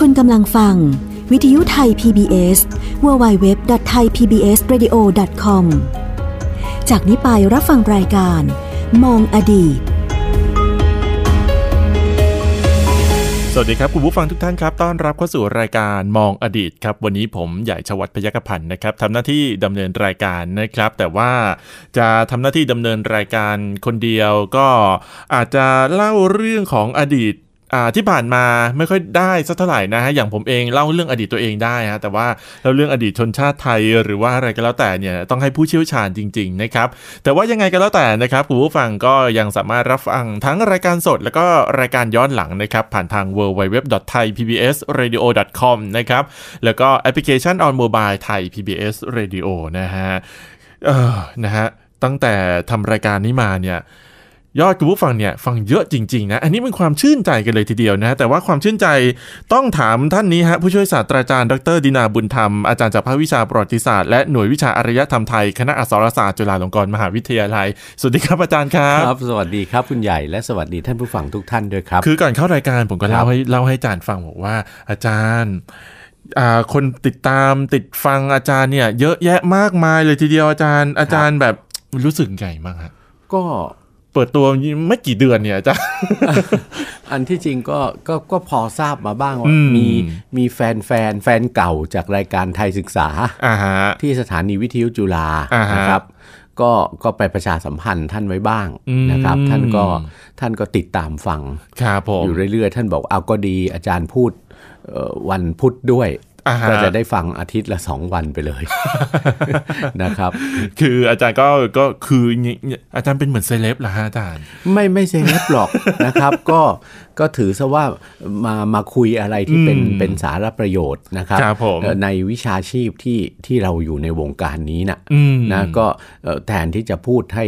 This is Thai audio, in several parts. คุณกำลังฟัง วิทยุไทย PBS www.thaipbsradio.com จากนี้ไปรับฟังรายการ มองอดีต สวัสดีครับ คุณผู้ฟังทุกท่านครับ ต้อนรับเข้าสู่รายการมองอดีตครับ วันนี้ผมใหญ่ชวัฒน์พยกพันธ์นะครับทำหน้าที่ดำเนินรายการนะครับ แต่ว่าจะทำหน้าที่ดำเนินรายการคนเดียวก็อาจจะเล่าเรื่องของอดีตอ่าที่ผ่านมาไม่ค่อยได้สักเท่าไหร่นะฮะอย่างผมเองเล่าเรื่องอดีตตัวเองได้ฮะแต่ว่าเล่าเรื่องอดีตชนชาติไทยหรือว่าอะไรก็แล้วแต่เนี่ยต้องให้ผู้เชี่ยวชาญจริง ๆ นะครับ แต่ว่ายังไงก็แล้วแต่นะครับคุณผู้ฟังก็ยังสามารถรับฟังทั้งรายการสด แล้วก็รายการย้อนหลังนะครับ ผ่านทาง www.thaipbsradio.com นะครับ แล้วก็แอปพลิเคชัน on mobile Thai PBS Radio นะฮะเออนะฮะตั้งแต่ทำรายการนี้มาเนี่ย ยอดคุณผู้ฟังเนี่ยฟังเยอะจริงๆนะ อันนี้เป็นความชื่นใจกันเลยทีเดียวนะ แต่ว่าความชื่นใจต้องถามท่านนี้ฮะผู้ช่วยศาสตราจารย์ดรดินาบุญธรรม อาจารย์จากภาควิชาประวัติศาสตร์และหน่วยวิชาอารยธรรมไทย คณะอักษรศาสตร์จุฬาลงกรณ์มหาวิทยาลัย สวัสดีครับอาจารย์ครับ ครับสวัสดีครับคุณใหญ่และสวัสดีท่านผู้ฟังทุกท่านด้วยครับ คือก่อนเข้ารายการผมก็ ครั เล่า บ ให้เล่าให้อาจารย์ฟังบอกว่าอาจารย์อ่าคนติดตามติดฟังอาจารย์เนี่ย เยอะแยะมากมายเลยทีเดียวอาจารย์ อาจารย์แบบรู้สึกไงบ้างฮะ ก็ เปิดตัวไม่กี่เดือนเนี่ยอาจารย์ อันที่จริงก็ก็ก็พอทราบมาบ้าง อื ว่าม มีมีแฟนแฟนแฟนเก่าจากรายการไทยศึกษา อ่าฮะ ที่สถานีวิทยุจุฬา อ่าฮะ นะครับ ก็ก็ไปประชาสัมพันธ์ท่านไว้บ้าง อืม นะครับ ท่านก็ท่านก็ติดตามฟัง ครับผม อยู่เรื่อยๆ ท่านบอกเอาก็ดีอาจารย์พูดเอ่อวันพุธด้วย อ่าฮ ก็จะได้ฟังอาทิตย์ละสองวันไปเลย นะครับ คืออาจารย์ก็ก็คืออย่างเงี้ยอาจารย์เป็นเหมือนเซเลบเหรอฮะอาจารย์ ไม่ไม่เซเลบหรอก นะครับ ก็ก็ถือซะว่ามามาคุยอะไรที่เป็น อืม เป็นสาระประโยชน์นะครับ ครับผม เอ่อในวิชาชีพที่ที่เราอยู่ในวงการนี้น่ะ อืม นะก็เอ่อแทนที่จะพูดให้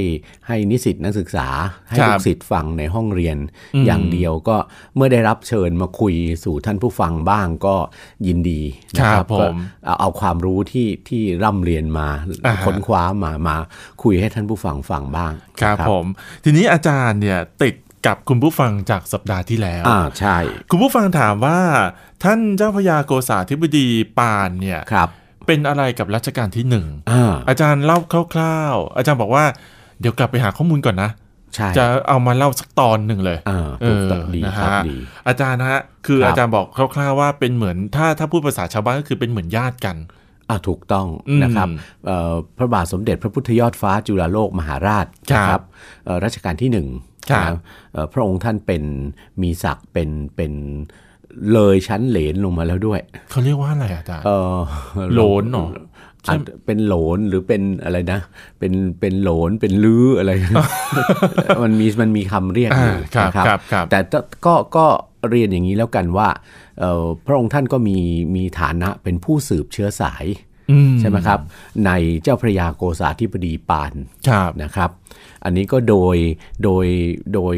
ให้นิสิตนักศึกษา ให้ ครับ ลูกศิษย์ฟังในห้องเรียนอย่างเดียวก็เมื่อได้รับเชิญมาคุยสู่ท่านผู้ฟังบ้างก็ยินดีนะค ครั รั บบ ผม ก็เอาเอาความรู้ที่ที่ร่ำเรียนมา อ่าฮะ ค้นคว้ามามาคุยให้ท่านผู้ฟังฟังบ้าง ครับ นะ ผม ทีนี้อาจารย์เนี่ยติดกับคุณผู้ฟังจากสัปดาห์ที่แล้ว อ่าใช่ คุณผู้ฟังถามว่า ท่านเจ้าพระยาโกษาธิบดีปานเนี่ย ครับ เป็นอะไรกับรัชกาลที่หนึ่ง อ่า อาจารย์เล่าคร่าวๆ อาจารย์บอกว่าเดี๋ยวกลับไปหาข้อมูลก่อนนะ ใช่ จะเอามาเล่าสักตอนหนึ่งเลย อ่าถูกต้องดี นะ ครั ฮะ บดี อาจารย์นะฮะคือ ครับ อาจารย์บอกคร่าวๆว่าเป็นเหมือนถ้าถ้าพูดภาษาชาวบ้านก็คือเป็นเหมือนญาติกัน อ่าถูกต้อง อืม นะครับเอ่อพระบาทสมเด็จพระพุทธยอดฟ้าจุฬาโลกมหาราช ครับ นะเอ่อรัชกาลที่หนึ่ง ครับ นะเอ่อพระองค์ท่านเป็นมีศักดิ์เป็นเป็นเลยชั้นเหลนลงมาแล้วด้วย เขาเรียกว่าอะไรอาจารย์ เอ่อ โหลนเหรอ อาจเป็นโหลนหรือเป็นอะไรนะ เป็นเป็นโหลนเป็นลื้อ อะไร มันมีมันมีคำเรียกอยู่ อ่าครับ นะคครัรับครับ แต่ก็ก็ก็เรียนอย่างนี้แล้วกันว่าเอ่อพระองค์ท่านก็มีมีฐานะเป็นผู้สืบเชื้อสาย อื ใช่ไหมครับ ในเจ้าพระยาโกษาธิบดีปาน ครับ นะครับ อันนี้ก็โดยโดยโดย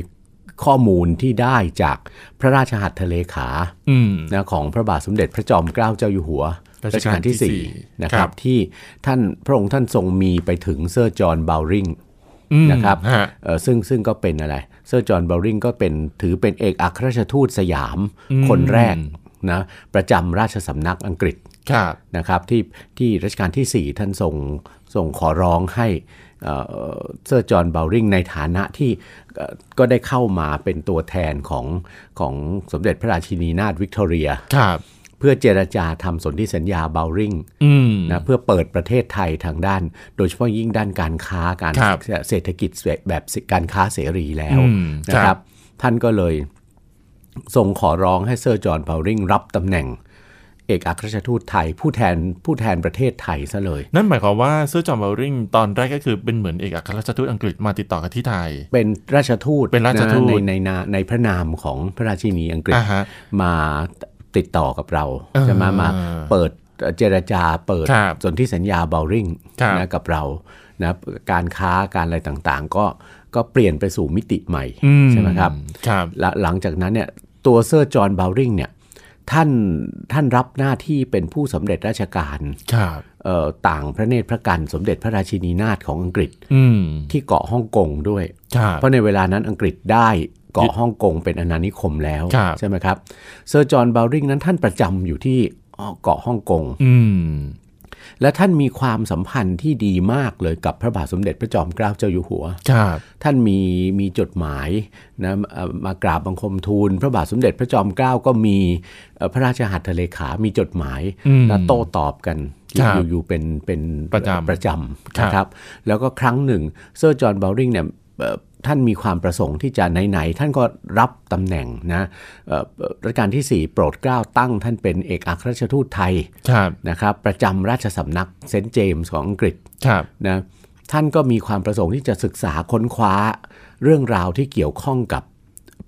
ข้อมูลที่ได้จากพระราชหัตถเลขา อืม นะของพระบาทสมเด็จพระจอมเกล้าเจ้าอยู่หัว รัชกาลที่สี่ สี่นะค ครั รับ บที่ท่านพระองค์ท่านทรงมีไปถึงเซอร์จอห์นบาวริง อืม นะครับ ฮะ เอ่อซึ่งซึ่งก็เป็นอะไรเซอร์จอห์นเบลริงก็เป็นถือเป็นเอกอัครราชทูตสยาม อืม คนแรกนะประจำราชสำนักอังกฤษ ครับ นะครับที่ที่รัชกาลทีสี่ 4 ท่านส่งส่งขอร้องให้เอ่อเซอร์จอห์นเบลริงในฐานะที่เอ่อก็ได้เข้ามาเป็นตัวแทนของของสมเด็จพระราชินีนาถวิกตอเรีย ครับ เพื่อเจรจาทำสนธิสัญญาเบลริง อืม นะเพื่อเปิดประเทศไทยทางด้าน โดยเฉพาะยิ่งด้านการค้าการ ครับ เศรษฐกิจแบบการค้าเสรีแล้ว อืม นะ ค ค รั รับ บ ท่านก็เลยส่งขอร้องให้เซอร์จอห์นเบลริงรับตำแหน่ง เอกอัครราชทูตไทย ผู้แทนผู้แทนประเทศไทยซะเลย นั่นหมายความว่าเซอร์จอห์นเบลริงตอนแรกก็คือเป็นเหมือนเอกอัครราชทูตอังกฤษมาติดต่อกันที่ไทย เป็นราชทูต เป็นราชทูต ะในในนาในพระนามของพระราชินีอังกฤษ อ่าฮะ มาติดต่อกับเรา เออ จะมามาเปิดเจรจาเปิด ครับ สนธิสัญญาเบลริง ครับ นะกับเรานะการค้าการอะไรต่างๆ ก็ก็เปลี่ยนไปสู่มิติใหม่ อื ใช่ไหมครับ ครับ และหลังจากนั้นเนี่ยตัวเซอร์จอห์นเบลริงเนี่ยท่านท่านรับหน้าที่เป็นผู้สำเร็จราชการ ครับ เอ่อต่างพระเนตรพระกันสมเด็จพระราชินีนาถของอังกฤษ อืม ที่เกาะฮ่องกงด้วย ครับ เพราะในเวลานั้นอังกฤษได้ เกาะฮ่องกงเป็นอาณานิคมแล้ว ครับ ใช่ไหมครับเซอร์จอห์นบาวริงนั้นท่านประจำอยู่ที่เกาะฮ่องกง อืม และท่านมีความสัมพันธ์ที่ดีมากเลยกับพระบาทสมเด็จพระจอมเกล้าเจ้าอยู่หัว ครับ ท่านมีมีจดหมายนะเอ่อมากราบบังคมทูล พระบาทสมเด็จพระจอมเกล้าก็มีเอ่อพระราชหัตถเลขา มีจดหมาย อืม นะโต้ตอบกัน ครับ อยู่อยู่เป็นเป็น ประจำ ประครัจำ บ นะครับแล้วก็ครั้งหนึ่งเซอร์จอห์นบาวริงเนี่ยเอ่อท่านมีความประสงค์ที่จะไหนๆท่านก็รับตำแหน่งนะเอ่อรัชกาลทีสี่ 4 โปรดเกล้าตั้งท่านเป็นเอกอัครราชทูตไทย ครับ นะครับประจำราชสำนักเซนต์เจมส์ของอังกฤษ ครับ นะท่านก็มีความประสงค์ที่จะศึกษาค้นคว้าเรื่องราวที่เกี่ยวข้องกับ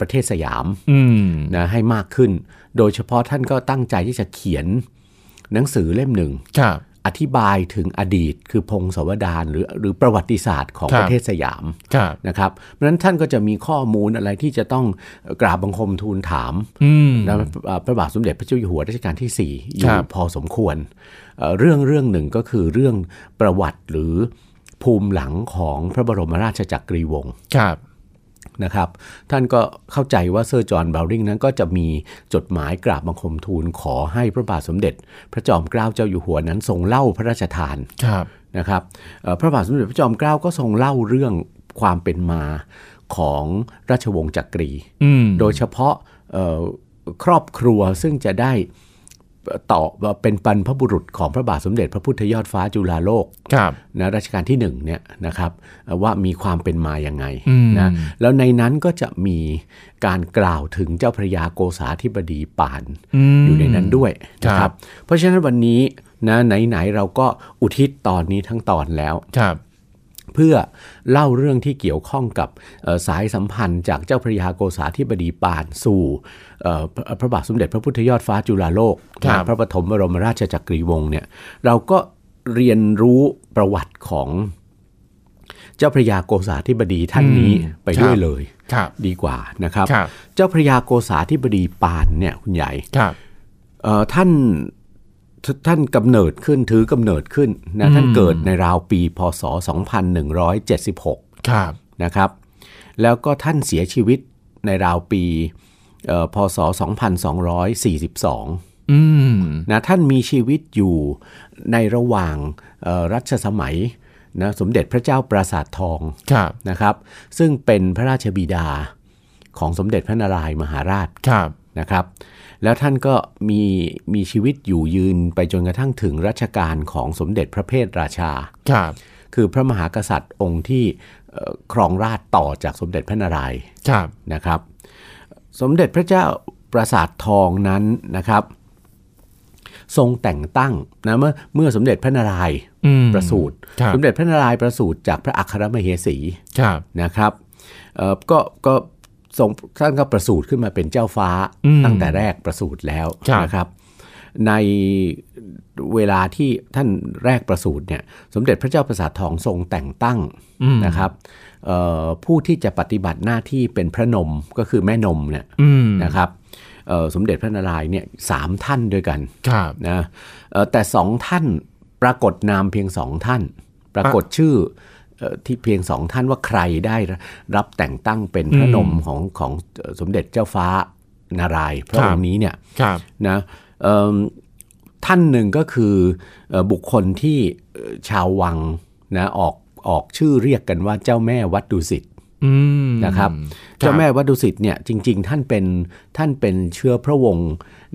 ประเทศสยาม อืม นะให้มากขึ้น โดยเฉพาะท่านก็ตั้งใจที่จะเขียนหนังสือเล่มหนึ่ง ครับ อธิบายถึงอดีตคือพงศาวดารหรือหรือประวัติศาสตร์ของ ครับ ประเทศสยาม ครับ นะครับเพราะฉะนั้นท่านก็จะมีข้อมูลอะไรที่จะต้องกราบบังคมทูลถาม อืม นะเอ่อพระบาทสมเด็จพระเจ้าอยู่หัวรัชกาลที่ 4 อ ค ยู่ รับ พอสมควรเอ่อเรื่องเรื่องหนึ่งก็คือเรื่องประวัติหรือภูมิหลังของพระบรมราชจักรีวงศ์ ครับ นะครับ ท่านก็เข้าใจว่าเซอร์จอห์นบาวริงนั้นก็จะมีจดหมายกราบบังคมทูลขอให้พระบาทสมเด็จ พระจอมเกล้าเจ้าอยู่หัวนั้นทรงเล่าพระราชทาน ครับ นะครับเอ่อพระบาทสมเด็จพระจอมเกล้าก็ทรงเล่าเรื่องความเป็นมาของราชวงศ์จักรี อืม โดยเฉพาะเอ่อครอบครัวซึ่งจะได้ต่อเป็นบรรพบุรุษของพระบาทสมเด็จพระพุทธยอดฟ้าจุฬาโลก ครับ นะรัชกาลที่หนึ่งเนี่ยนะครับเอ่อว่ามีความเป็นมาอย่างไง อืม นะแล้วในนั้นก็จะมีการกล่าวถึงเจ้าพระยาโกษาธิบดีป่าน อืม อยู่ในนั้นด้วยนะ ค ค รั รับ บ เพราะฉะนั้นวันนี้นะไหนๆเราก็อุทิศตอนนี้ทั้งตอนแล้ว ครับ เพื่อเล่าเรื่องที่เกี่ยวข้องกับเอ่อสายสัมพันธ์จากเจ้าพระยาโกษาธิบดีปานสู่เอ่อพระพระบาทสมเด็จพระพุทธยอดฟ้าจุฬาโลก ครับ นะพระปฐมบรมราชจักรีวงศ์เนี่ยเราก็เรียนรู้ประวัติของเจ้าพระยาโกษาธิบดีท่านนี้ไปด้วยเลย ครับ ดีกว่านะครับ ครับ เจ้าพระยาโกษาธิบดีปานเนี่ยคุณใหญ่ ครับ เอ่อท่านทท่านกำเนิดขึ้นถือกำเนิดขึ้นนะท่าน อืม เกิดในราวปีพศ 2176 ครับ นะครับ แล้วก็ท่านเสียชีวิตในราวปีเอ่อพศ 2242 อืม นะท่านมีชีวิตอยู่ในระหว่างเอ่อรัชสมัยนะสมเด็จพระเจ้าปราสาททอง ครับ นะครับ ซึ่งเป็นพระราชบิดาของสมเด็จพระนารายณ์มหาราช ครับ นะครับแล้วท่านก็มีมีชีวิตอยู่ยืนไปจนกระทั่งถึงรัชกาลของสมเด็จพระเพทราชา ครับ คือพระมหากษัตริย์องค์ที่เอ่อครองราชย์ต่อจากสมเด็จพระนารายณ์ ครับ นะครับสมเด็จพระเจ้าปราสาททองนั้นนะครับ ทรงแต่งตั้งนะเมื่อเมื่อสมเด็จพระนารายณ์ อืม ประสูติ ครับ สมเด็จพระนารายณ์ประสูติจากพระอัครมเหสี ครับ นะครับเอ่อก็ก็ทรงท่านก็ประสูติขึ้นมาเป็นเจ้าฟ้า อืม ตั้งแต่แรกประสูติแล้ว ครับ นะครับ ในเวลาที่ท่านแรกประสูติเนี่ยสมเด็จพระเจ้าประสาททองทรงแต่งตั้ง อืม นะครับเอ่อผู้ที่จะปฏิบัติหน้าที่เป็นพระนมก็คือแม่นมเนี่ย อืม นะครับเอ่อสมเด็จพระนารายณ์เนี่ยสามท่านด้วยกัน ครับ นะเอ่อแต่สองท่านปรากฏนามเพียงสองท่าน ปรากฏชื่อเอ่อที่เพียงสองท่านว่าใครได้รับแต่งตั้งเป็นพระนมของของเอ่อสมเด็จเจ้าฟ้านารายณ์พระ ค อ รับ งค์นี้เนี่ย ครับ นะเอิ่มท่านหนึ่งก็คือเอ่อบุคคลที่เอ่อชาววังนะออกออกชื่อเรียกกันว่าเจ้าแม่วัดดุสิต อืม นะครับ ครับ เจ้าแม่วัดดุสิตเนี่ยจริงๆ ท่านเป็นท่านเป็นเชื้อพระวงศ์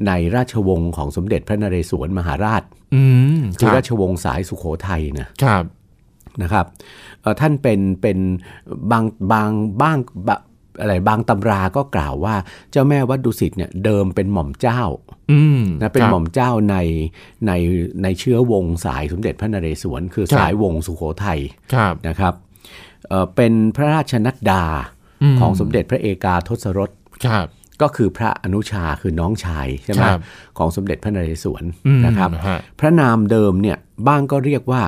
ในราชวงศ์ของสมเด็จพระนเรศวรมหาราช อืมคคือ รับ ราชวงศ์สายสุโขทัยนะครับ นะครับเอ่อท่านเป็นเป็นบางบางบ้างบะอะไรบางตำราก็กล่าวว่าเจ้าแม่วัดดุสิตเนี่ยเดิมเป็นหม่อมเจ้า อืม นะเป็น ครับ หม่อมเจ้าในในในเชื้อวงศ์สายสมเด็จพระนเรศวร คือ ครับ สายวงศ์สุโขทัย ครับ นะครับเอ่อเป็นพระราชนัดดา อืม ของสมเด็จพระเอกาทศรส ครับ ก็คือพระอนุชาคือน้องชายใช่ไหม ครับ ของสมเด็จพระนเรศวร อืม นะครับ ฮะ พระนามเดิมเนี่ยบ้างก็เรียกว่า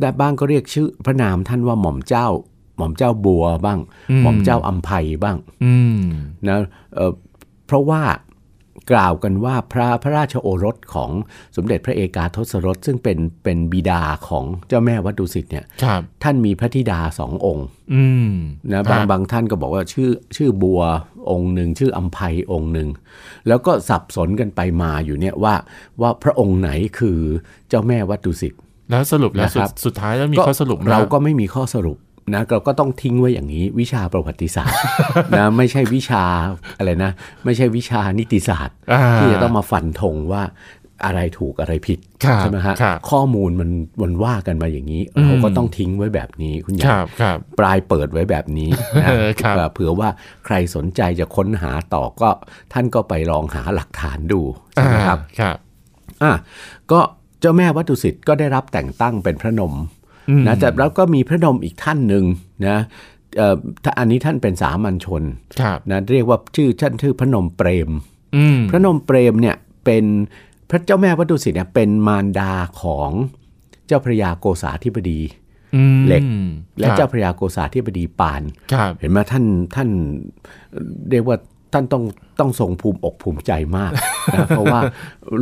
ได้บ้างก็เรียกชื่อพระนามท่านว่าหม่อมเจ้า หม่อมเจ้าบัวบ้าง หม่อมเจ้าอัมภัยบ้าง อืม นะเอ่อเพราะว่า กล่าวกันว่าพระพระราชโอรสของสมเด็จพระเอกาทศรสซึ่งเป็นเป็นบิดาของเจ้าแม่วัดดุสิตเนี่ย ครับ ท่านมีพระธิดาสององค์ อืม นะบางบางท่านก็บอกว่าชื่อชื่อบัวองค์หนึ่งชื่ออัมภัยองค์หนึ่งแล้วก็สับสนกันไปมาอยู่เนี่ยว่าว่าพระองค์ไหนคือเจ้าแม่วัดดุสิต แล้วสรุปแล้วสุด นะครับ สุดท้ายแล้วมีข้อสรุปไหม เราก็ไม่มีข้อสรุปนะเราก็ต้องทิ้งไว้อย่างนี้ วิชาประวัติศาสตร์ นะไม่ใช่วิชาอะไรนะ ไม่ใช่วิชานิติศาสตร์ อ่า ที่จะต้องมาฟันธงว่าอะไรถูกอะไรผิด ครับ ใช่ไหมฮะ ครับ ข้อมูลมันมันว่ากันมาอย่างนี้ อืม เราก็ต้องทิ้งไว้แบบนี้คุณห ค ยา รับครับ ปลายเปิดไว้แบบ นี้นะ เออครับ เผื่อว่าใครสนใจจะค้นหาต่อก็ท่านก็ไปลองหาหลักฐานดูใช่ไหมครับ อ่าครับ อ่ะก็เจ้าแม่วัตถุสิทธิ์ก็ได้รับแต่งตั้งเป็นพระนม อืม นะแต่แล้วก็มีพระนมอีกท่านหนึ่งนะเอ่อถ้าอันนี้ท่านเป็นสามัญชน ครับ นะเรียกว่าชื่อท่านชื่อพระนมเปรม อืม พระนมเปรมเนี่ยเป็นพระเจ้าแม่วัตถุสิทธิ์เนี่ยเป็นมารดาของเจ้าพระยาโกษาธิบดี อืม เหล็ก และ ครั เจ้า บ พระยาโกษาธิบดีปาน ครับ เห็นไหมท่านท่านเอ่อเรียกว่าท่านต้องต้องทรงภูมิอกภูมิใจมากนะเพราะว่า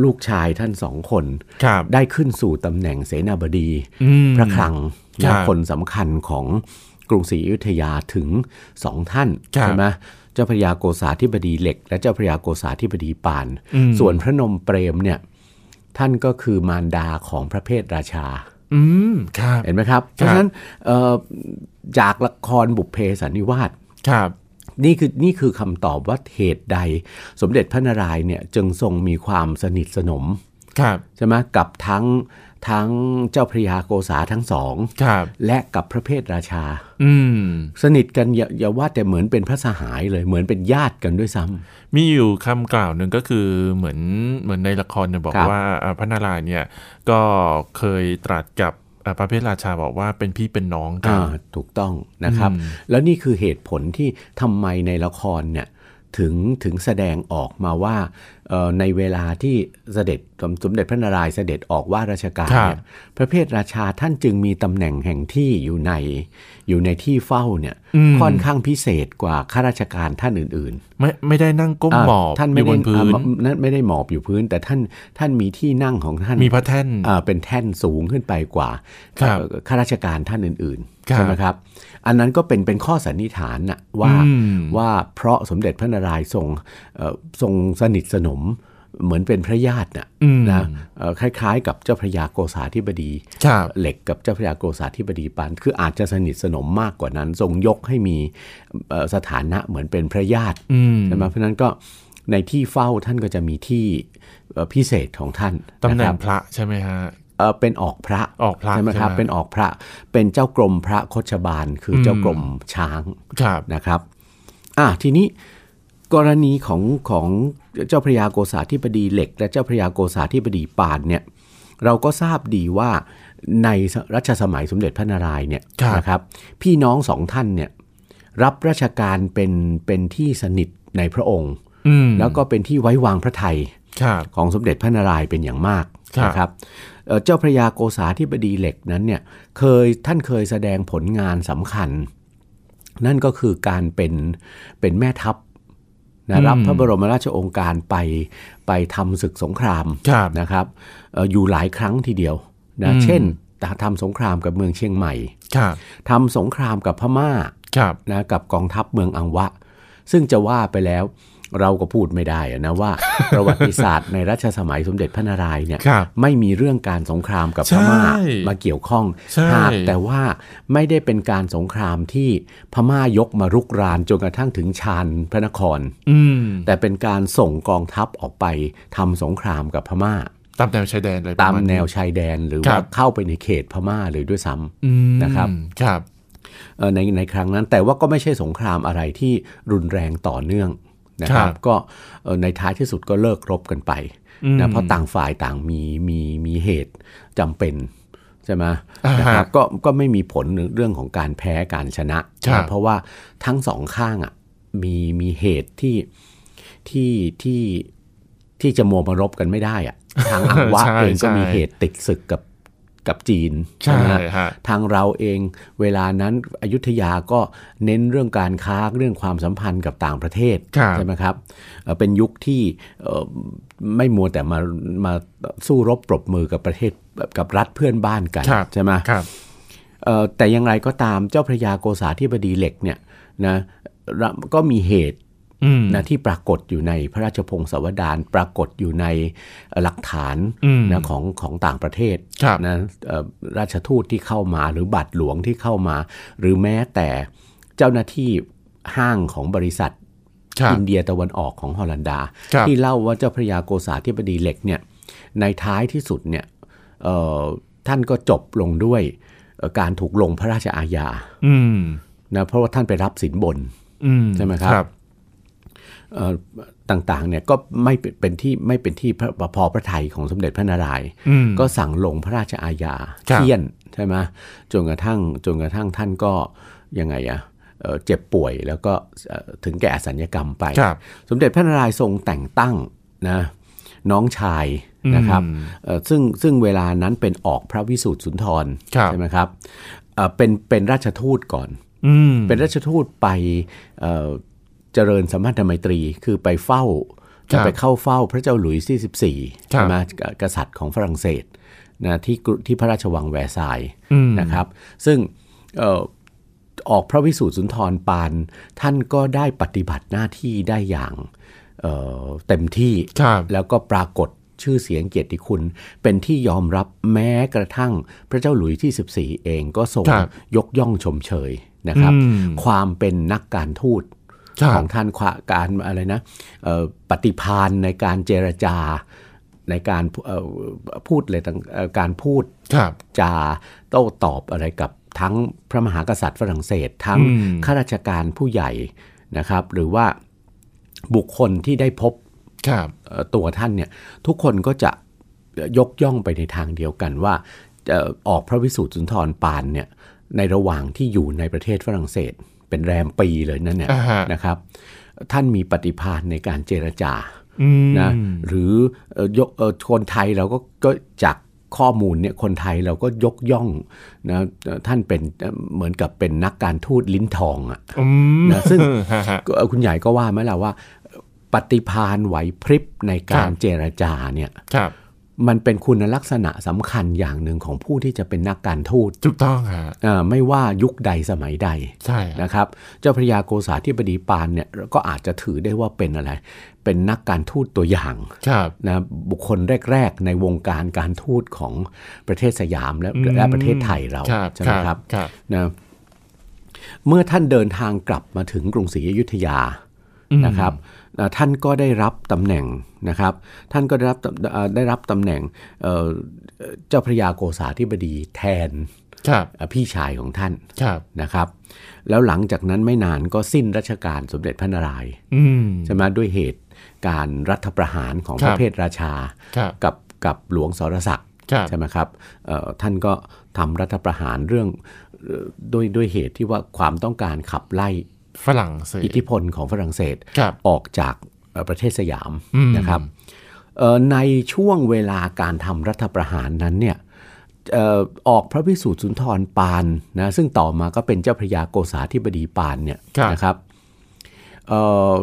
ลูกชายท่านสองคน ครับ ได้ขึ้นสู่ตำแหน่งเสนาบดี อืม พระคลัง ครั และ บ คนสำคัญของกรุงศรีอยุธยาถึงสองท่าน ครับ ใช่ไหมเจ้าพระยาโกษาธิบดีเหล็ก และเจ้าพระยาโกษาธิบดีปาน อืม ส่วนพระนมเปรมเนี่ยท่านก็คือมารดาของพระเพทราชา อืมครับ เห็นไหมครับ เพราะฉะนั้นเอ่อจากละครบุพเพสันนิวาส ครับ นี่คือนี่คือคำตอบว่าเหตุใด สมเด็จพระนารายณ์เนี่ยจึงทรงมีความสนิทสนม ครับ ใช่ไหมกับทั้งทั้งเจ้าพระยาโกษาทั้งสอง ครับ และกับพระเพทราชา อืม สนิทกันอย่าอย่าว่าแต่เหมือนเป็นพระสหายเลยเหมือนเป็นญาติกันด้วยซ้ำ มีอยู่คำกล่าวหนึ่งก็คือเหมือนเหมือนในละครเนี่ยบอก ครับ ว่าอ่าพระนารายณ์เนี่ยก็เคยตรัสกับอ่าพระเพทราชาบอกว่าเป็นพี่เป็นน้องกั าน ถูกต้องนะครับ แล้วนี่คือเหตุผลที่ทำไมในละครเนี่ยถึงถึงแสดงออกมาว่าเอ่อในเวลาที่เสด็จสมสมเด็จพระนารายณ์เสด็จออกว่าราชการ ครับ เนี่ยพระเพทราชาท่านจึงมีตำแหน่งแห่งที่อยู่ในอยู่ในที่เฝ้าเนี่ยค่อนข้างพิเศษกว่าข้าราชการท่านอื่นๆ ไม่ไม่ได้นั่งก้ม อ่า หมอบ ท่าน อ ไม่ ยู่บ ได้ นพื้น อ่านั่นไม่ได้หมอบอยู่พื้น แต่ท่านท่านมีที่นั่งของท่าน มีพระแท่น อ่าเป็นแท่นสูงขึ้นไปกว่า ครับ เอ่อข้าราชการท่านอื่นๆ ครับ ใช่ไหมครับ อันนั้นก็เป็นเป็นข้อสันนิษฐานนะว่า อืม ว่าเพราะสมเด็จพระนารายณ์ทรงเอ่อทรงสนิทสนมเหมือนเป็นพระญาตินะ อืม นะเอ่อคล้าย ๆ กับเจ้าพระยาโกษาธิบดี ครับ เหล็กกับเจ้าพระยาโกษาธิบดีปานคืออาจจะสนิทสนมมากกว่านั้น ทรงยกให้มีเอ่อสถานะเหมือนเป็นพระญาติ อืม ใช่ไหมเพราะฉะนั้นก็ในที่เฝ้าท่านก็จะมีที่เอ่อพิเศษของท่าน ตำแหน่งนะครับ พระใช่ไหมฮะ เอ่อเป็นออกพระ ออกพระ ใช่ไหมครับ ใช่ไหม เป็นออกพระเป็นเจ้ากรมพระคชบาล คือ ม เจ้ากรมช้าง ครับ นะครับอ่ะทีนี้กรณีของของเจ้าพระยาโกษาธิบดีเหล็ก และเจ้าพระยาโกษาธิบดีปานเนี่ยเราก็ทราบดีว่าในรัชสมัยสมเด็จพระนารายณ์เนี่ย ครับ นะครับพี่น้องสองท่านเนี่ยรับราชการเป็นเป็นที่สนิทในพระองค์ อืม แล้วก็เป็นที่ไว้วางพระไทย ครับ ของสมเด็จพระนารายณ์เป็นอย่างมาก ครับ นะครับเอ่อเจ้าพระยาโกษาธิบดีเหล็กนั้นเนี่ยเคยท่านเคยแสดงผลงานสำคัญ นั่นก็คือการเป็นเป็นแม่ทัพนะรับพระบรมราชโองการไปไปทำศึกสงคราม ครับ นะครับเอ่ออยู่หลายครั้งทีเดียวนะ อืม เช่นทำสงครามกับเมืองเชียงใหม่ ครับ ทำสงครามกับพม่า ครับ นะกับกองทัพเมืองอังวะ ซึ่งจะว่าไปแล้วเราก็พูดไม่ได้อะนะ ว่า ประวัติศาสตร์ในรัชสมัยสมเด็จพระนารายณ์เนี่ย ครับ ไม่มีเรื่องการสงครามกับพ ใช่ ม่ามาเกี่ยวข้อง ใช่ หากแต่ว่าไม่ได้เป็นการสงครามที่พม่ายกมารุกรานจนกระทั่งถึงชานพระนคร อืม แต่เป็นการส่งกองทัพออกไปทำสงครามกับพม่า ตามแนวชายแดนเลย ตาม ประณ แนวชายแดนหรือ ครั ว่า บ เข้าไปในเขตพม่าเลยด้วยซ้ำ อืม นะครับ ครับ เอ่อในในครั้งนั้นแต่ว่าก็ไม่ใช่สงครามอะไรที่รุนแรงต่อเนื่องนะครับก็เอ่อในท้ายที่สุดก็เลิกรบกันไปนะเพราะต่างฝ่ายต่างมีมีมีเหตุจำเป็นใช่ไหม อ่า นะ ฮะ ครับก็ก็ไม่มีผลเรื่องของการแพ้การชนะครับ นะเพราะว่าทั้งสองข้างอ่ะมีมีเหตุที่ที่ที่ที่จะมัวมารบกันไม่ได้อ่ะทางอังวะ ใช่ เองก็ ใช่ มีเหตุติดศึกกับ กับจีน ใช่ นะฮะ ฮะ ทางเราเองเวลานั้นอยุธยาก็เน้นเรื่องการค้าเรื่องความสัมพันธ์กับต่างประเทศ ครับ ใช่ไหมครับเอ่อเป็นยุคที่เอ่อไม่มัวแต่มามาสู้รบปรบมือกับประเทศกับรัฐเพื่อนบ้านกัน ครับ ใช่ไหม ครับ เอ่อแต่อย่างไรก็ตามเจ้าพระยาโกษาธิบดีเหล็กเนี่ยนะระก็มีเหตุ อืม นะที่ปรากฏอยู่ในพระราชพงศาวดารปรากฏอยู่ในเอ่อหลักฐาน อืม นะของของต่างประเทศ ครับ นะเอ่อราชทูตที่เข้ามาหรือบัตรหลวงที่เข้ามา หรือแม้แต่เจ้าหน้าที่ห้างของบริษัท ครับ อินเดียตะวันออกของฮอลันดา ครับ ที่เล่าว่าเจ้าพระยาโกษาธิบดีเหล็กเนี่ยในท้ายที่สุดเนี่ยเอ่อท่านก็จบลงด้วยเอ่อการถูกลงพระราชอาญา อืม นะเพราะว่าท่านไปรับสินบน อืม ใช่ไหมครับ ครับ เอ่อต่างๆเนี่ยก็ไม่เป็นเป็นที่ไม่เป็นที่พระพอพระทัยของสมเด็จพระนารายณ์ อืม ก็สั่งลงพระราชอาญา ครับ เคี่ยนใช่ไหมจนกระทั่งจนกระทั่งท่านก็ยังไงอะเอ่อเจ็บป่วยแล้วก็เอ่อถึงแก่อสัญญกรรมไป ครับ สมเด็จพระนารายณ์ทรงแต่งตั้งนะน้องชายนะครับ อืม เอ่อซึ่งซึ่งเวลานั้นเป็นออกพระวิสูตรสุนทร ครับ ใช่ไหมครับเอ่อเป็นเป็นราชทูตก่อน อืม เป็นราชทูตไปเอ่อเจริญสัมพันธไมตรีคือไปเฝ้าจะ ครับ ไปเข้าเฝ้าพระเจ้าหลุยส์ที่ครั14ใช่ บ ไหมกกษัตริย์ของฝรั่งเศสนะที่กรุที่พระราชวังแวร์ซายน์ อืม นะครับ ซึ่งเอ่อออกพระวิสูตรสุนทรปาน ท่านก็ได้ปฏิบัติหน้าที่ได้อย่างเอ่อเต็มที่ ครับ แล้วก็ปรากฏชื่อเสียงเกียรติคุณเป็นที่ยอมรับแม้กระทั่งพระเจ้าหลุยส์ที่ 14 เองก็ทรง ครับ ยกย่องชมเชยนะครับ อืม ความเป็นนักการทูต ครั ข บ องท่านความการอะไรนะเอ่อปฏิพานในการเจรจาในการเอ่อพูดอะไรต่างเอ่อการพูด ครับ จะโต้ตอบอะไรกับทั้งพระมหากษัตริย์ฝรั่งเศส ทั้ง อืม ข้าราชการผู้ใหญ่นะครับ หรือว่าบุคคลที่ได้พบ ครับ เอ่อตัวท่านเนี่ยทุกคนก็จะยกย่องไปในทางเดียวกันว่าเอ่อออกพระวิสูตรสุนทรปานเนี่ยในระหว่างที่อยู่ในประเทศฝรั่งเศส เป็นแรมปีเลยนั่นเนี่ย อ่าฮะ นะครับท่านมีปฏิภาณในการเจรจา อืม นะหรือเอ่อยกเอ่อคนไทยเราก็ก็จากข้อมูลเนี่ยคนไทยเราก็ยกย่องนะเอ่อท่านเป็นเอ่อเหมือนกับเป็นนักการทูตลิ้นทองอะ อืม นะซึ่ง ฮะฮะ ก็เอ่อคุณใหญ่ก็ว่าไหมล่ะว่า ปฏิภาณไหวพริบในกาครรับ เจรจาเนี่ย ครับ มันเป็นคุณลักษณะสำคัญอย่างหนึ่งของผู้ที่จะเป็นนักการทูต ถูกต้องฮะ เอ่อไม่ว่ายุคใดสมัยใด ใช่ฮะ นะครับ เจ้าพระยาโกษาธิบดีปานเนี่ยก็อาจจะถือได้ว่าเป็นอะไร เป็นนักการทูตตัวอย่าง ครับ นะบุคคลแรก ๆ ในวงการการทูตของประเทศสยามและ อืม และประเทศไทยเรา ครับ ใช่ไหมครับ ครับ นะเมื่อท่านเดินทางกลับมาถึงกรุงศรีอยุธยา นะครับเอ่อท่านก็ได้รับตำแหน่งนะครับ ท่านก็ได้รับตำเอ่อได้รับตำแหน่งเอ่อเจ้าพระยาโกษาธิบดีแทน ครับ เอ่อพี่ชายของท่าน ครับ นะครับ แล้วหลังจากนั้นไม่นานก็สิ้นราชการสมเด็จพระนารายณ์ อืม ใช่ไหมด้วยเหตุการรัฐประหารของ ค พ รับ ระเพทราชา ครับ กับกับหลวงสรศักดิ์ ครับ ใช่ไหมครับเอ่อท่านก็ทำรัฐประหารเรื่องเอ่อด้วยด้วยเหตุที่ว่าความต้องการขับไล่ ฝรั่งเศส อิทธิพลของฝรั่งเศส ครับ ออกจากเอ่อประเทศสยาม อืม นะครับเอ่อในช่วงเวลาการทำรัฐประหารนั้นเนี่ยเอ่อออกพระพิสูจน์สุนทรปานนะซึ่งต่อมาก็เป็นเจ้าพระยาโกษาธิบดีปานเนี่ย ครับ นะครับเอ่อ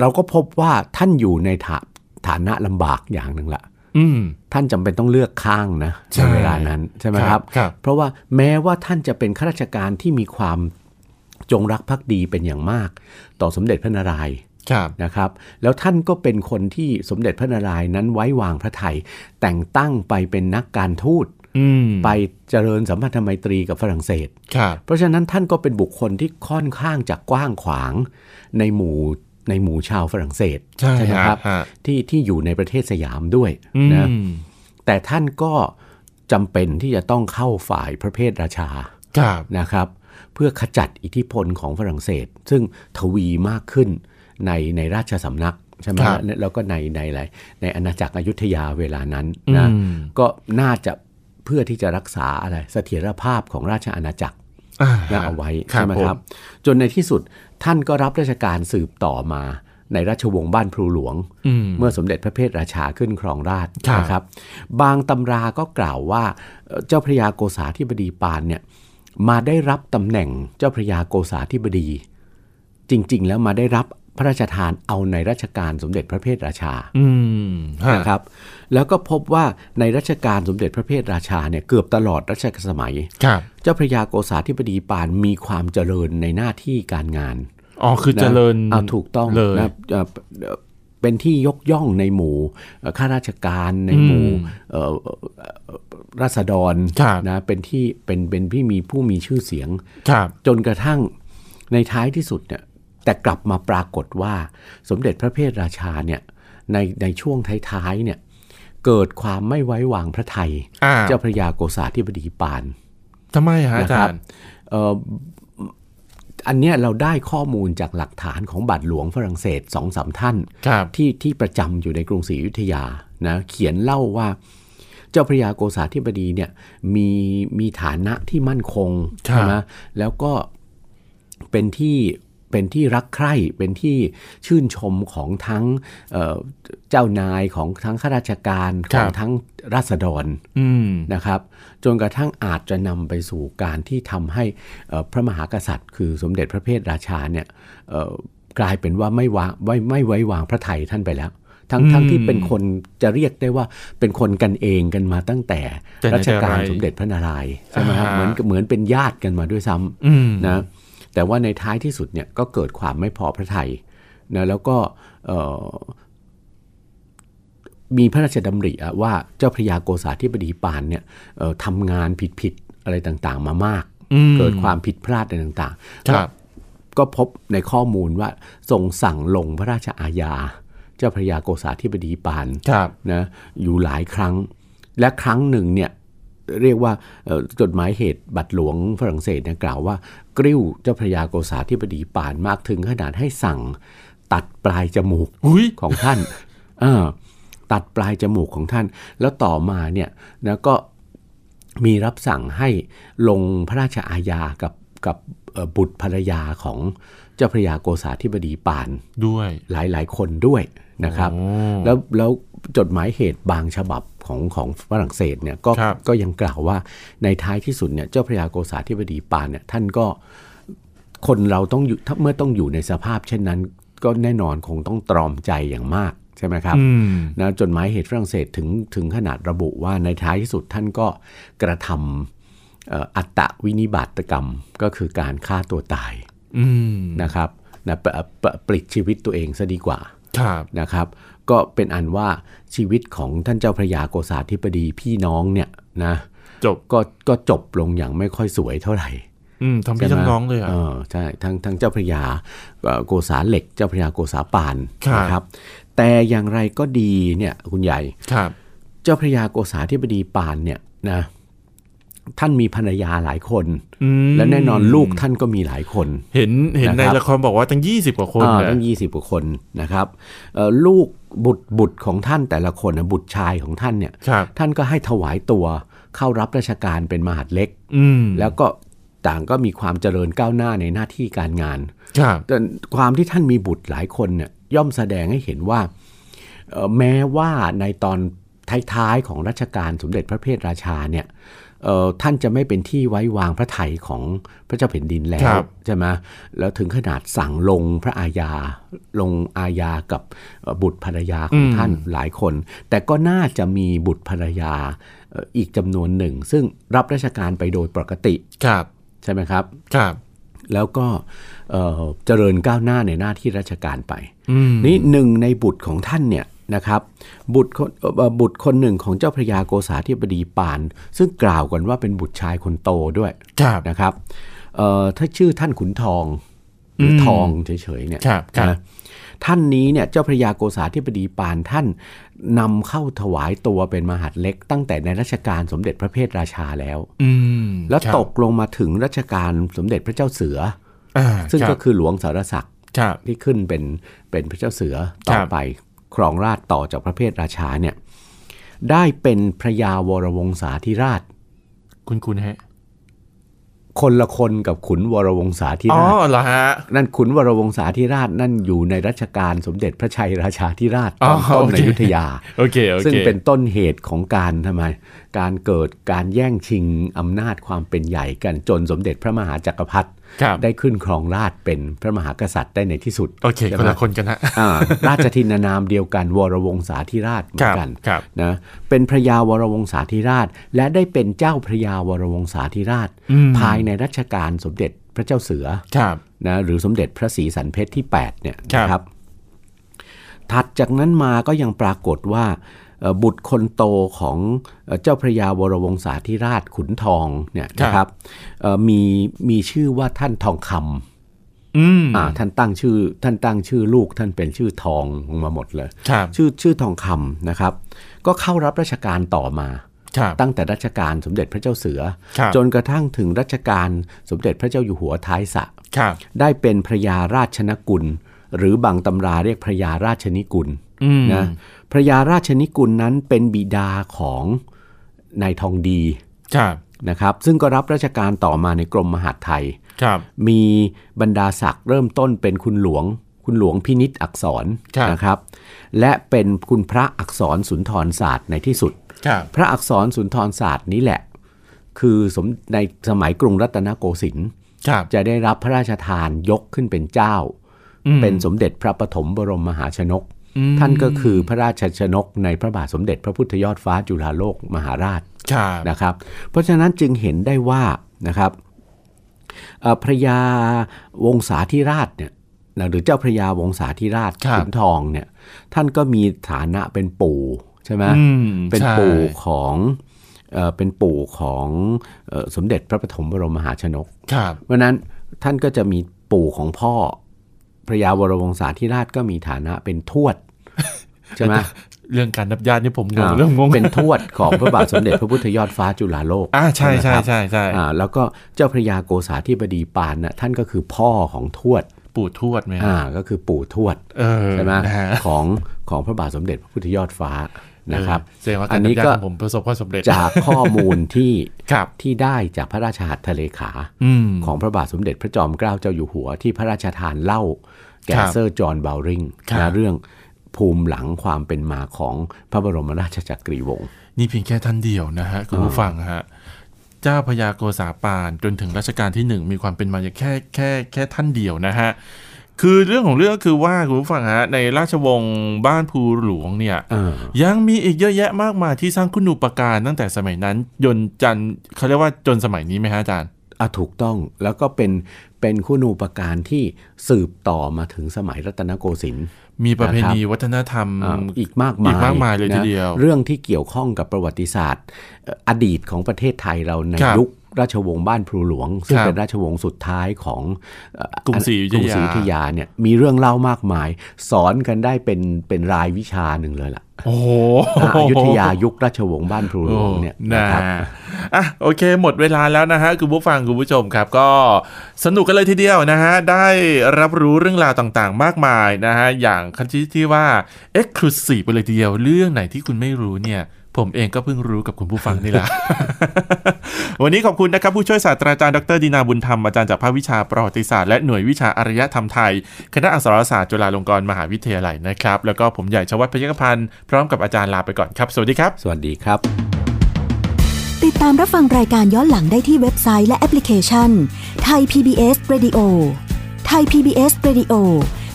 เราก็พบว่าท่านอยู่ในฐาฐานะลำบากอย่างหนึ่งละ อืม ท่านจำเป็นต้องเลือกข้างนะ ใช่ เวลานั้นใช่ไหมครับ ครับ เพราะว่าแม้ว่าท่านจะเป็นข้าราชการที่มีความจงรักภักดีเป็นอย่างมาก ต่อสมเด็จพระนารายณ์ ครับ นะครับแล้วท่านก็เป็นคนที่สมเด็จพระนารายณ์นั้นไว้วางพระไทย แต่งตั้งไปเป็นนักการทูต อืม ไปเจริญสัมพันธไมตรีกับฝรั่งเศส ครับ เพราะฉะนั้นท่านก็เป็นบุคคลที่ค่อนข้างจะกว้างขวางในหมู่ในหมู่ชาวฝรั่งเศส ใช่ ไหม ฮะ ครับ ฮะ ที่ที่อยู่ในประเทศสยามด้วย อื นะ ม แต่ท่านก็จำเป็นที่จะต้องเข้าฝ่ายพระเพทราชา ครับ นะครับ เพื่อขจัดอิทธิพลของฝรั่งเศส ซึ่งทวีมากขึ้นในในราชสำนักใช่ไหม ครับ แล้วก็ในในอะไรในอาณาจักรอยุธยาเวลานั้น อื นะ ม ก็น่าจะเพื่อที่จะรักษาอะไรเสถียรภาพของราชอาณาจักร อ่า นะเอาไว้ ครับ ใช่ไหม ผม ครับ จนในที่สุดท่านก็รับราชการสืบต่อมา ในราชวงศ์บ้านพลูหลวง อืม เมื่อสมเด็จพระเพทราชาขึ้นครองราชย์ ครับ นะครับ บางตำราก็กล่าวว่าเอ่อเจ้าพระยาโกษาธิบดีปานเนี่ยมาได้รับตำแหน่งเจ้าพระยาโกษาธิบดี จริง ๆ แล้วมาได้รับพระราชทานเอาในรัชกาลสมเด็จพระเพทราชา อืมฮะ นะครับแล้วก็พบว่าในรัชกาลสมเด็จพระเพทราชาเนี่ยเกือบตลอดรัชกาลสมัย ครับ เจ้าพระยาโกษาธิบดีปานมีความเจริญในหน้าที่การงาน อ๋อ คือ นะ เจริญ เอาถูกต้อง เลย นะเอ่อเอ่อเป็นที่ยกย่องในหมู่เอ่อข้าราชการในหมู่ อืม เอ่อเอ่อเอ่อราษฎร ครับ นะเป็นที่เป็นเป็นพี่มีผู้มีชื่อเสียง ครับ จนกระทั่งในท้ายที่สุดเนี่ยแต่กลับมาปรากฏว่าสมเด็จพระเพทราชาเนี่ยในในช่วงท้ายๆเนี่ยเกิดความไม่ไว้วางพระไทย อ่า เจ้าพระยาโกษาธิบดีปาน ทำไมฮะอา นะค จา รับ รย์ เอ่ออันเนี้ยเราได้ข้อมูลจากหลักฐานของบัตรหลวงฝรั่งเศสสองสามท่าน ครับ ที่ที่ประจำอยู่ในกรุงศรีอยุธยานะเขียนเล่าว่า เจ้าพระยาโกษาธิบดีเนี่ยมีมีฐานะที่มั่นคง ครับ ใช่ไหมแล้วก็เป็นที่เป็นที่รักใคร่เป็นที่ชื่นชมของทั้งเอ่อเจ้านายของทั้งข้าราชการ ค ข รั อง บ ทั้งราษฎร อืม นะครับจนกระทั่งอาจจะนำไปสู่การที่ทำให้เอ่อพระมหากษัตริย์ คือสมเด็จพระเพทราชาเนี่ยเอ่อกลายเป็นว่าไม่วางไม่ไม่ไว้วางพระไทยท่านไปแล้ว ทั้ง อืม ทั้งที่เป็นคนจะเรียกได้ว่าเป็นคนกันเองกันมาตั้งแต่ แต่ไหน รัชกาล แต่ไร สมเด็จพระนารายณ์ใช่ไหมครับ อ่า เหมือนเหมือนเป็นญาติกันมาด้วยซ้ำ อืม นะแต่ว่าในท้ายที่สุดเนี่ยก็เกิดความไม่พอพระทัยนะแล้วก็เอ่อมีพระราชดำริอะว่าเจ้าพระยาโกษาธิบดีปานเนี่ยเอ่อทำงานผิดๆอะไรต่างๆ มามาก อืม เกิดความผิดพลาดอะไรต่างๆ ครับ ก็ก็พบในข้อมูลว่าทรงสั่งลงพระราชอาญา เจ้าพระยาโกษาธิบดีปาน ครับ นะอยู่หลายครั้งและครั้งหนึ่งเนี่ยเรียกว่าเอ่อจดหมายเหตุบัตรหลวงฝรั่งเศสเนี่ยกล่าวว่ากริ้วเจ้าพระยาโกษาธิบดีป่านมากถึงขนาดให้สั่งตัดปลายจมูก อุ้ย ของท่าน เออตัดปลายจมูกของท่าน แล้วต่อมาเนี่ยนะก็มีรับสั่งให้ลงพระราชอาญากับกับเอ่อบุตรภรรยาของเจ้าพระยาโกษาธิบดีป่าน ด้วย หลาย ๆ คนด้วยนะครับ โอ้ แล้วแล้วจดหมายเหตุบางฉบับของของฝรั่งเศสเนี่ยก็ ครับ ก็ยังกล่าวว่าในท้ายที่สุดเนี่ยเจ้าพระยาโกษาธิบดีปานเนี่ยท่านก็คนเราต้องอยู่ถ้าเมื่อต้องอยู่ในสภาพ เช่นนั้น ก็แน่นอนคงต้องตรอมใจอย่างมากใช่ไหมครับ อืม นะจดหมายเหตุฝรั่งเศสถึงถึงขนาดระบุว่าในท้ายที่สุดท่านก็กระทำเอ่ออัตตวินิบาตกรรมก็คือการฆ่าตัวตาย อืม นะครับนะปะปะปลิดชีวิตตัวเองซะดีกว่า ครับ นะครับ ก็เป็นอันว่าชีวิตของท่านเจ้าพระยาโกษาธิบดีพี่น้องเนี่ยนะ จบ ก็ก็จบลงอย่างไม่ค่อยสวยเท่าไหร่ อืมทั้งพี่ ใช่ ทั้ ไหม งน้องเลยอ่ะ เออใช่ทั้งทั้งเจ้าพระยาเอ่อโกษาเหล็กเจ้าพระยาโกษาปาน ครับ นะครับ แต่อย่างไรก็ดีเนี่ยคุณใหญ่ ครับ เจ้าพระยาโกษาธิบดีปานเนี่ยนะท่านมีภรรยาหลายคน อืม และแน่นอนลูกท่านก็มีหลายคน เห็น เห็นใน นะครับ ละครบอกว่าตั้งยี่สิบกว่าคน อ่า นะ ตั้งยี่สิบกว่าคนนะครับเอ่อลูกบุตรบุตรของท่านแต่ละคนนะบุตรชายของท่านเนี่ย ครับ ท่านก็ให้ถวายตัวเข้ารับราชการเป็นมหาดเล็ก อืม แล้วก็ต่างก็มีความเจริญก้าวหน้าในหน้าที่การงาน ครับ แต่ความที่ท่านมีบุตรหลายคนเนี่ยย่อมแสดงให้เห็นว่าเอ่อแม้ว่าในตอนท้ายๆของรัชกาลสมเด็จพระเพทราชาเนี่ยเอ่อท่านจะไม่เป็นที่ไว้วางพระไถยของพระเจ้าแผ่นดินแล้ คว รับ ใช่ไหมแล้วถึงขนาดสั่งลงพระอาญาลงอาญากับเอ่อบุตรภรรยาของท่านหลายคน แต่ก็น่าจะมีบุตรภรรยาเอ่ออีกจำนวนหนึ่ง ซึ่งรับราชการไปโดยปกติ ครับ ใช่ไหมครับ ครับ แล้วก็เอ่อเจริญก้าวหน้าในหน้าที่ราชการไป อืม นี่หนึ่งในบุตรของท่านเนี่ยนะครับ บุตรคนเอ่อบุตรคนหนึ่งของเจ้าพระยาโกษาธิบดีปาน ซึ่งกล่าวกันว่าเป็นบุตรชายคนโตด้วย ครับ นะครับเอ่อถ้าชื่อท่านขุนทองหรืออ ม ทองเฉยๆเนี่ย ครับครับ นะท่านนี้เนี่ยเจ้าพระยาโกษาธิบดีปานท่านนำเข้าถวายตัวเป็นมหาดเล็ก ตั้งแต่ในรัชกาลสมเด็จพระเพทราชาแล้ว อืม แล้ว ครับ ตกลงมาถึงรัชกาลสมเด็จพระเจ้าเสือ อ่า ซึ่ง รับ ก็คือหลวงสารศักดิ์ ครับ ที่ขึ้นเป็นเป็นพระเจ้าเสือคต่อ รับ ไปครองราชย์ต่อจากพระเพทราชาเนี่ยได้เป็นพระยาวรวงศาธิราช คุณคุณฮะ คนละคนกับขุนวรวงศาธิ อ๋อ ราช เหรอฮะ นั่นขุนวรวงศาธิราชนั่นอยู่ในรัชกาลสมเด็จพระชัยราชาธิราชตอน อ๋อ ต้น โอ ใน เค อยุธยา โอเคโอเค ซึ่งเป็นต้นเหตุของการทำไม การเกิดการแย่งชิงอำนาจความเป็นใหญ่กันจนสมเด็จพระมหาจักรพรรดิ ครับ ได้ขึ้นครองราชย์เป็นพระมหากษัตริย์ได้ในที่สุด โอเค ใช่ไหม คนละคนกันฮะ อ่า ราชทินานามเดียวกันวรวงศาธิราชเหมื ค อน รับ กัน ครับ นะเป็นพระยาวรวงศาธิราช และได้เป็นเจ้าพระยาวรวงศาธิราช อืม ภายในรัชกาลสมเด็จพระเจ้าเสือ ครับ นะหรือสมเด็จพระศรีสันเพชรที่ 8 เนี่ย ครับ นะครับ ถัดจากนั้นมาก็ยังปรากฏว่าเอ่อบุตรคนโตของเอ่อเจ้าพระยาวรวงศาธิราชขุนทองเนี่ยนะครับเอ่อมีมีชื่อว่าท่านทองคำ อืม อ่าท่านตั้งชื่อ ท่านตั้งชื่อลูกท่านเป็นชื่อทองลงมาหมดเลย ครับ ชื่อชื่อทองคำนะครับ ก็เข้ารับราชการต่อมา ครับ ตั้งแต่รัชการสมเด็จพระเจ้าเสือ ครับ จนกระทั่งถึงรัชการสมเด็จพระเจ้าอยู่หัวท้ายสระ ครับ ได้เป็นพระยาราชนกุล หรือบางตำราเรียกพระยาราชนิกุล อืม นะพระยาราชนิกุลนั้นเป็นบิดาของนายทองดี ครับ นะครับซึ่งก็รับราชการต่อมาในกรมมหาดไทย ครับ มีบรรดาศักดิ์เริ่มต้นเป็นคุณหลวง คุณหลวงพินิษอักษร ครับ นะครับ และเป็นคุณพระอักษรสุนทรศาสตร์ในที่สุด ครับ พระอักษรสุนทรศาสตร์นี้แหละ คือสมในสมัยกรุงรัตนโกสินทร์ ครับ จะได้รับพระราชทานยกขึ้นเป็นเจ้า อืม เป็นสมเด็จพระปฐมบรมมหาชนก อืม ท่านก็คือพระราชชนกในพระบาทสมเด็จพระพุทธยอดฟ้าจุฬาโลกมหาราช ครับ นะครับ เพราะฉะนั้นจึงเห็นได้ว่านะครับเอ่อพระยาวงศาธิราชเนี่ยนะหรือเจ้าพระยาวงศาธิราชขุนทองเนี่ยท่านก็มีฐานะเป็นปู่ใช่ไหม อืม เป็น ใช่ ปู่ของเอ่อเป็นปู่ของเอ่อสมเด็จพระปฐมบรมมหาชนก ครับ เพราะฉะนั้นท่านก็จะมีปู่ของพ่อ พระยาวรวงศาธิราชก็มีฐานะเป็นทวด ใช่ไหม เรื่องการนับญาตินี่ผมงง อ่า เรื่องงง เป็นทวดของพระบาทสมเด็จพระพุทธยอดฟ้าจุฬาโลก อ่าใช่ ไหม ใช่ ครับ ใช่ใช่ อ่าแล้วก็เจ้าพระยาโกษาธิบดีปานน่ะท่านก็คือพ่อของทวด ปู่ทวดไหมฮะ อ่าก็คือปู่ทวด เออ ใช่ไหม นะฮะ ของของพระบาทสมเด็จพระพุทธยอดฟ้านะครับ เออแสดงว่า อั การ น นั นี้ บญาติ ก็ ของผมประสบความสำเร็จ จากข้อมูลที่ ครับ ที่ได้จากพระราชหัตถเลขา อืม ของพระบาทสมเด็จพระจอมเกล้าเจ้าอยู่หัวที่พระราชทานเล่า แก่ ครับ เซอร์จอห์นเบลริง ครับ นะเรื่องภูมิหลังความเป็นมาของพระบรมราชจักรีวงศ์ นี่เพียงแค่ท่านเดียวนะฮะคุณผู้ฟังฮะเจ้าพญาโกษาปานจนถึงรัชกาลที่หนึ่งมีความเป็นมาอย่างแค่แค่แค่ท่านเดียวนะฮะคือเรื่องของเรื่องคือว่าคุณผู้ฟังฮะในราชวงศ์บ้านภูหลวงเนี่ย เออ ยังมีอีกเยอะแยะมากมายที่สร้างคุณูปการตั้งแต่สมัยนั้นยนจันเขาเรียกว่าจนสมัยนี้ไหมฮะอาจารย์ อ่ะถูกต้องแล้วก็เป็นเป็นคุณูปการที่สืบต่อมาถึงสมัยรัตนโกสินทร์ มีประเพ นะครับ ณีวัฒนธรรม อ่าอีกมากมาย อีกมากมายเลยทีเดียว นะเรื่องที่เกี่ยวข้องกับประวัติศาสตร์เอ่ออดีตของประเทศไทยเราใน ครับ ยุคราชวงศ์บ้านพลูหลวง ซึ่ง ครับ เป็นราชวงศ์สุดท้ายของเอ่อก รุงศรีอยุธยา กรุงศรีอยุธยาเนี่ยมีเรื่องเล่ามากมาย สอนกันได้เป็นเป็นรายวิชาหนึ่งเลยล่ะ โอ้โห อ่ะอยุธยายุคราชวงศ์บ้านพลูหลวงเนี่ย นะ นะครับ อ่ะโอเค หมดเวลาแล้วนะฮะคุณผู้ฟังคุณผู้ชมครับ ก็สนุกกันเลยทีเดียวนะฮะได้รับรู้เรื่องราวต่างๆ มากมายนะฮะอย่างคันที่ที่ว่า Exclusive ไปเลยทีเดียวเรื่องไหนที่คุณไม่รู้เนี่ย ผมเองก็เพิ่งรู้กับคุณผู้ฟังนี่แหละ วันนี้ขอบคุณนะครับ ผู้ช่วยศาสตราจารย์ดรดินาบุญธรรม อาจารย์จากภาควิชาประวัติศาสตร์และหน่วยวิชาอารยธรรมไทย คณะอักษรศาสตร์จุฬาลงกรณ์มหาวิทยาลัยนะครับแล้วก็ผมใหญ่ชวัฒน์พยัคฆพันธ์พร้อมกับอาจารย์ลาไปก่อนครับสวัสดีครับ สวัสดีครับ ติดตามรับฟังรายการย้อนหลังได้ที่เว็บไซต์และแอปพลิเคชันไทย PBS Radio ไทย PBS Radio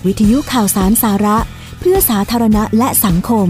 วิทยุข่าวสารสาระ เพื่อสาธารณะและสังคม